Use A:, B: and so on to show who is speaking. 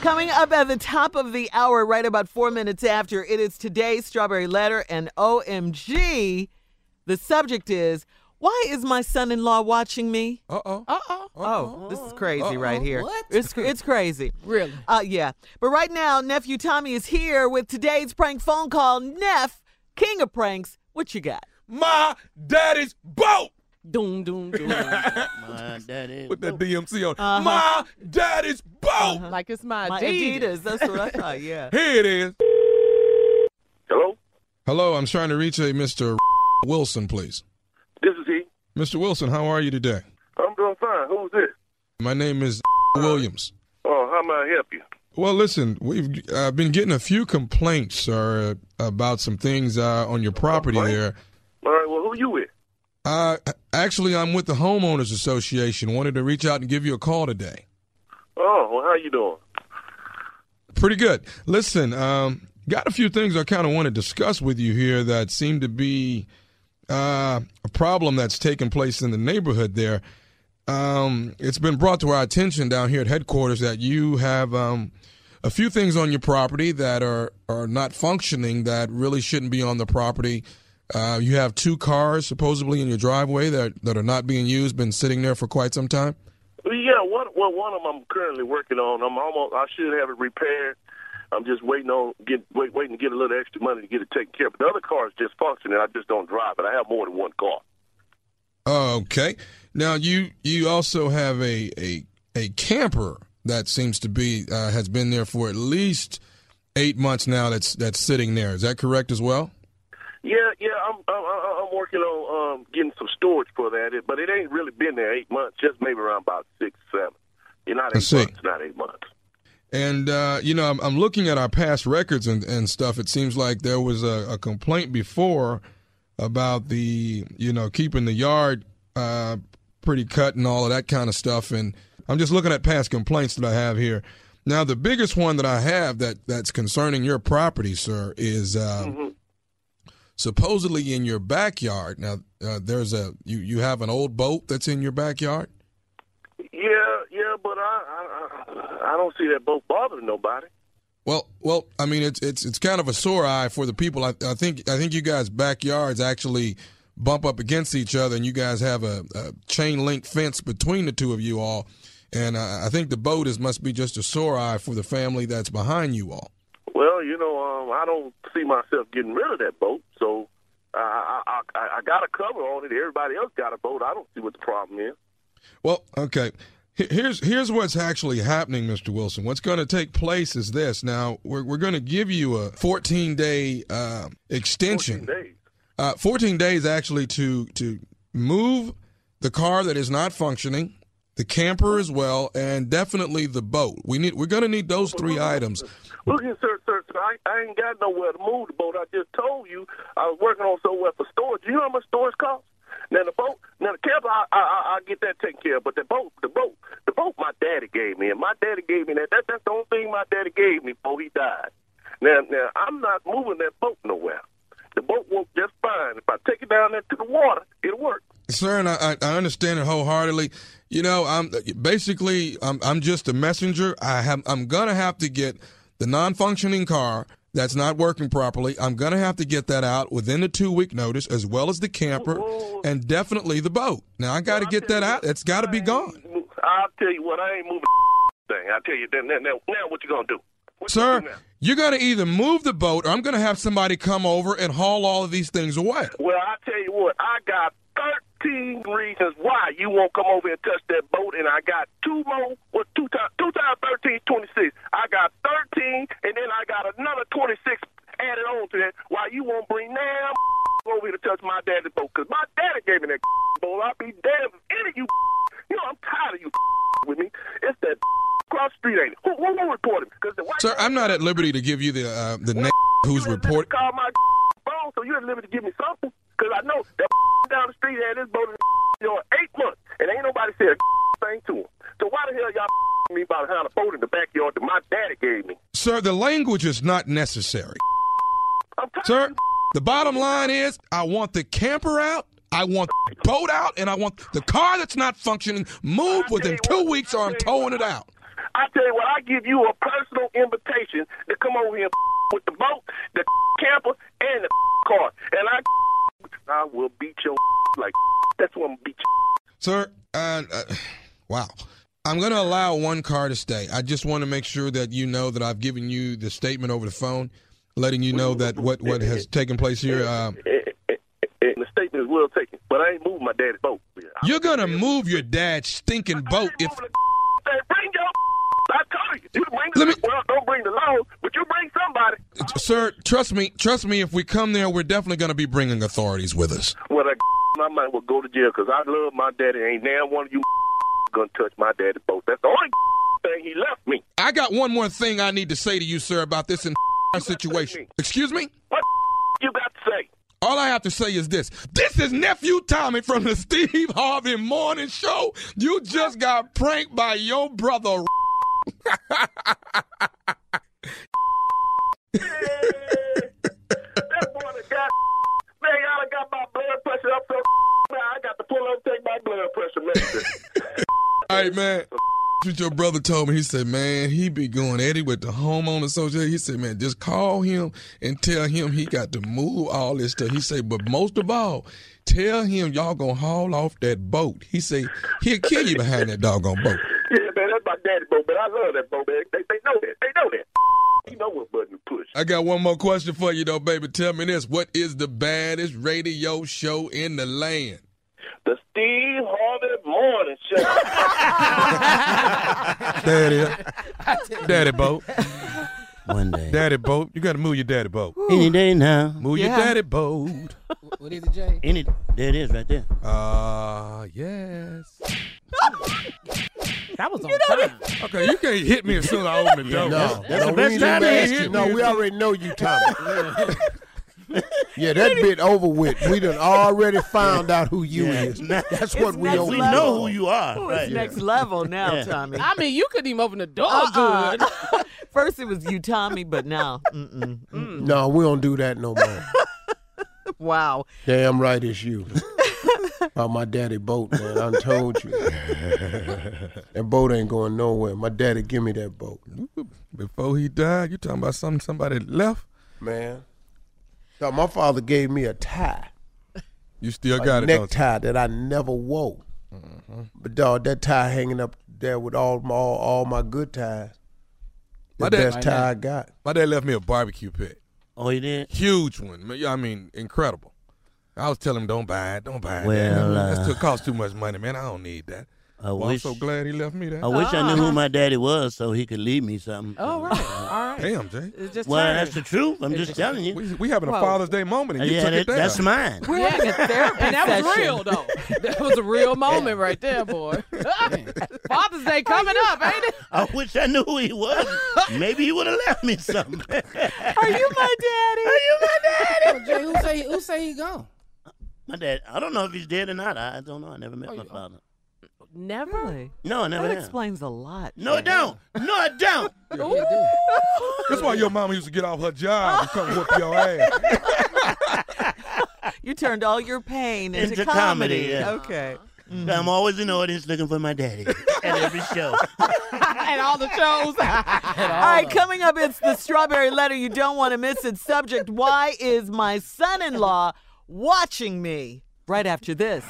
A: Coming up at the top of the hour, right about four minutes after, it is today's Strawberry Letter, and OMG, the subject is Why is my son in law watching me?
B: Uh oh.
A: Uh oh. Oh, this is crazy right here.
C: What?
A: It's, it's crazy.
C: Really?
A: Uh, yeah. But right now, Nephew Tommy is here with today's prank phone call. Neff, king of pranks, what you got?
B: My daddy's boat
A: Doom, doom, doom.
C: My daddy.
B: with that DMC on. My daddy's boat.
D: Uh-huh.
C: Like it's my,
A: my
C: Adidas.
A: Adidas. That's what I thought, yeah.
B: Here it is.
E: Hello,
B: Hello, I'm trying to reach a Mr. Wilson, please.
E: this is he.
B: Mr. Wilson, how are you today?
E: I'm doing fine. Who's this?
B: My name is Williams.
E: Oh, how may I help you?
B: Well, listen, we've uh, been getting a few complaints, sir, about some things uh, on your property there.
E: All right, well, who you with?
B: Uh, actually, I'm with the homeowners association. Wanted to reach out and give you a call today.
E: Oh, well, how you doing?
B: Pretty good. Listen, um, got a few things I kind of want to discuss with you here that seem to be uh, a problem that's taking place in the neighborhood there. Um, it's been brought to our attention down here at headquarters that you have um, a few things on your property that are, are not functioning that really shouldn't be on the property. Uh, you have two cars supposedly in your driveway that, that are not being used, been sitting there for quite some time.
E: Well, Yeah, one, well, one of them I'm currently working on. I'm almost. I should have it repaired. I'm just waiting on get wait, waiting to get a little extra money to get it taken care of. But the other car is just functioning. I just don't drive it. I have more than one car.
B: Okay. Now you you also have a a a camper that seems to be uh, has been there for at least eight months now. That's that's sitting there. Is that correct as well?
E: Yeah, yeah. I'm I'm, I'm I'm working on um, getting some storage for that. It, but it ain't really been there eight months. Just maybe around about six, seven. You're not
B: I
E: eight
B: see.
E: months. Not eight months.
B: And uh, you know, I'm, I'm looking at our past records and, and stuff. It seems like there was a, a complaint before about the you know keeping the yard uh, pretty cut and all of that kind of stuff. And I'm just looking at past complaints that I have here. Now, the biggest one that I have that that's concerning your property, sir, is uh, supposedly in your backyard. Now, uh, there's a you you have an old boat that's in your backyard.
E: Yeah, yeah, but I I, I I don't see that boat bothering nobody.
B: Well, well, I mean, it's it's it's kind of a sore eye for the people. I, I think I think you guys' backyards actually bump up against each other, and you guys have a, a chain link fence between the two of you all. And I, I think the boat is must be just a sore eye for the family that's behind you all.
E: Well, you know, um, I don't see myself getting rid of that boat, so I I, I I got a cover on it. Everybody else got a boat. I don't see what the problem is.
B: Well, okay. Here- Here's here's what's actually happening, Mr. Wilson. What's going to take place is this. Now we're we're going to give you a 14 day uh, extension.
E: 14 days.
B: Uh, 14 days actually to to move the car that is not functioning, the camper as well, and definitely the boat. We need we're going to need those three items.
E: Look here, sir, sir, sir. I, I ain't got nowhere to move the boat. I just told you I was working on somewhere for storage. You know how much storage costs? Now the boat, now the camper, I I I I'll get that taken care of. But the boat, the boat, the boat, my daddy gave me, and my daddy gave me that. that that's the only thing my daddy gave me before he died. Now, now I'm not moving that boat nowhere. The boat works just fine. If I take it down there to the water, it'll work.
B: Sir, and I, I I understand it wholeheartedly. You know, I'm basically I'm I'm just a messenger. I have I'm gonna have to get the non-functioning car that's not working properly. I'm gonna have to get that out within the two-week notice, as well as the camper, and definitely the boat. Now I got to get that out. It's got to be gone.
E: I'll tell you what, I ain't moving thing. I'll tell you then. Now, now, now what you gonna do? What you
B: Sir,
E: gonna do now?
B: you're going to either move the boat or I'm going to have somebody come over and haul all of these things away.
E: Well, I tell you what, I got 13 reasons why you won't come over and touch that boat, and I got two more, well, two times, two times 13 is 26. I got 13, and then I got another 26 added on to that why you won't bring damn over here to touch my daddy's boat, because my daddy gave me that boat. I'll be damned if any of you, you know, I'm tired of you with me. It's that cross street, ain't it? Who, who, who reported me? Cause the white
B: Sir, I'm not at liberty to give you the uh, the name who's
E: you at liberty
B: report.
E: to Call my phone, so you're at liberty to give me something, because I know that down the street had this boat in your eight months, and ain't nobody said a thing to him. So why the hell y'all me about how the boat in the backyard that my daddy gave me?
B: Sir, the language is not necessary.
E: I'm tired.
B: Sir, the bottom line is I want the camper out, I want the boat out, and I want the car that's not functioning moved within two weeks or I'm towing it out.
E: I tell you what, I give you a personal invitation to come over here and with the boat, the camper, and the car. And I, I will beat your like that's what I'm beat you.
B: Sir, uh, uh, wow. I'm going to allow one car to stay. I just want to make sure that you know that I've given you the statement over the phone, letting you know that what, what has taken place here. Uh,
E: And the statement is well taken, but I ain't moving my daddy's boat. I-
B: you're going to move your dad's stinking boat if.
E: Hey, bring your. I told you, you bring the
B: Let me-
E: well, don't bring the loan, but you bring somebody.
B: Sir, trust me, trust me. If we come there, we're definitely going to be bringing authorities with us.
E: Well, I, I might well go to jail because I love my daddy. Ain't now one of you gonna touch my daddy's boat. That's the only thing he left me.
B: I got one more thing I need to say to you, sir, about this entire situation. Excuse me?
E: What you got to say?
B: All I have to say is this. This is nephew Tommy from the Steve Harvey Morning Show. You just got pranked by your brother.
E: That boy that got man, I done got my blood pressure up so man, I got to pull up and take my blood pressure medicine.
B: All right, man. What your brother told me, he said, man, he be going Eddie with the homeowner association. He said, man, just call him and tell him he got to move all this stuff. He said, but most of all, tell him y'all gonna haul off that boat. He said, he'll kill you behind that doggone boat.
E: yeah, man, that's my daddy's boat, but I love that boat, man. They, they know that. They know that. You know what button to push.
B: I got one more question for you though, baby. Tell me this. What is the baddest radio show in the land?
E: The Steve Harvey Morning Show.
F: Daddy, daddy boat,
C: One day.
F: daddy boat. You gotta move your daddy boat.
C: Any day now.
F: Move
A: Yeah.
F: your daddy boat.
D: What is it, Jay?
C: Any there it is right there.
F: Ah, yes.
D: That was on time.
F: Okay, you can't hit me as soon as I open the door.
G: No,
F: that's the
G: no, we
F: best
G: ain't
F: time to
G: even
F: hit
G: ask
F: me.
G: you. No, we already know you, Tommy. yeah, that bit over with. We done already found out who you
C: Yeah.
G: is. That's what we
A: next level.
G: over with.
A: We
C: We know who you are.
A: Who is
C: right.
A: next level now, Tommy?
D: I mean, you couldn't even open the door
A: Uh-uh.
D: good.
A: First it was you, Tommy, but now, mm, mm-mm.
G: No, we don't do that no more.
A: wow.
G: Damn right it's you. About my daddy boat, man. I done told you. that boat ain't going nowhere. My daddy give me that boat.
F: Before he died, you talking about something somebody left?
G: Man. Now, my father gave me a tie.
F: You still
G: a
F: got it, don't you? Mm-hmm.
G: necktie that I never wore. But dog, that tie hanging up there with all my all, all my good ties. The
F: My dad-
G: best tie I got.
F: My dad left me a barbecue pit.
C: Oh, you did?
F: Huge one. Man, I mean, incredible. I was telling him, don't buy it, don't buy it.
C: Well,
F: That's-
C: uh,
F: that's too, cost too much money, man. I don't need that.
C: I
F: Well,
C: wish.
F: I'm so glad he left me that.
C: I wish I knew
A: Ah.
C: who my daddy was so he could leave me something.
A: Oh,
D: All right. All right.
F: Damn, Jay.
A: It's just
C: well,
A: turned.
C: that's the truth. I'm just telling you.
F: We, we having a
A: Whoa.
F: Father's Day moment, and you
C: yeah,
F: took it
C: that,
F: there.
C: that's mine.
A: We're having a therapy
D: And that was
A: session.
D: real, though. That was a real moment right there, boy. Father's Day coming up, ain't it?
C: I wish I knew who he was. Maybe he would have left me something.
A: Are you my daddy?
D: daddy?
H: Jay, who say who say he gone?
C: my dad, I don't know if he's dead or not. I, I don't know. I never met my father.
D: Never.
A: Really?
C: No, I never
A: Oh, That
C: have.
A: explains a lot.
C: No, I don't. No, I don't.
D: Ooh.
F: That's why your mama used to get off her job and come whoop your ass.
A: You turned all your pain into,
C: Into comedy, yeah.
A: Okay. Mm.
C: I'm always in the audience looking for my daddy at every show.
D: and all the shows.
A: All right, coming up, it's the strawberry letter. You don't want to miss it. Subject Why is my son in law watching me? Right after this.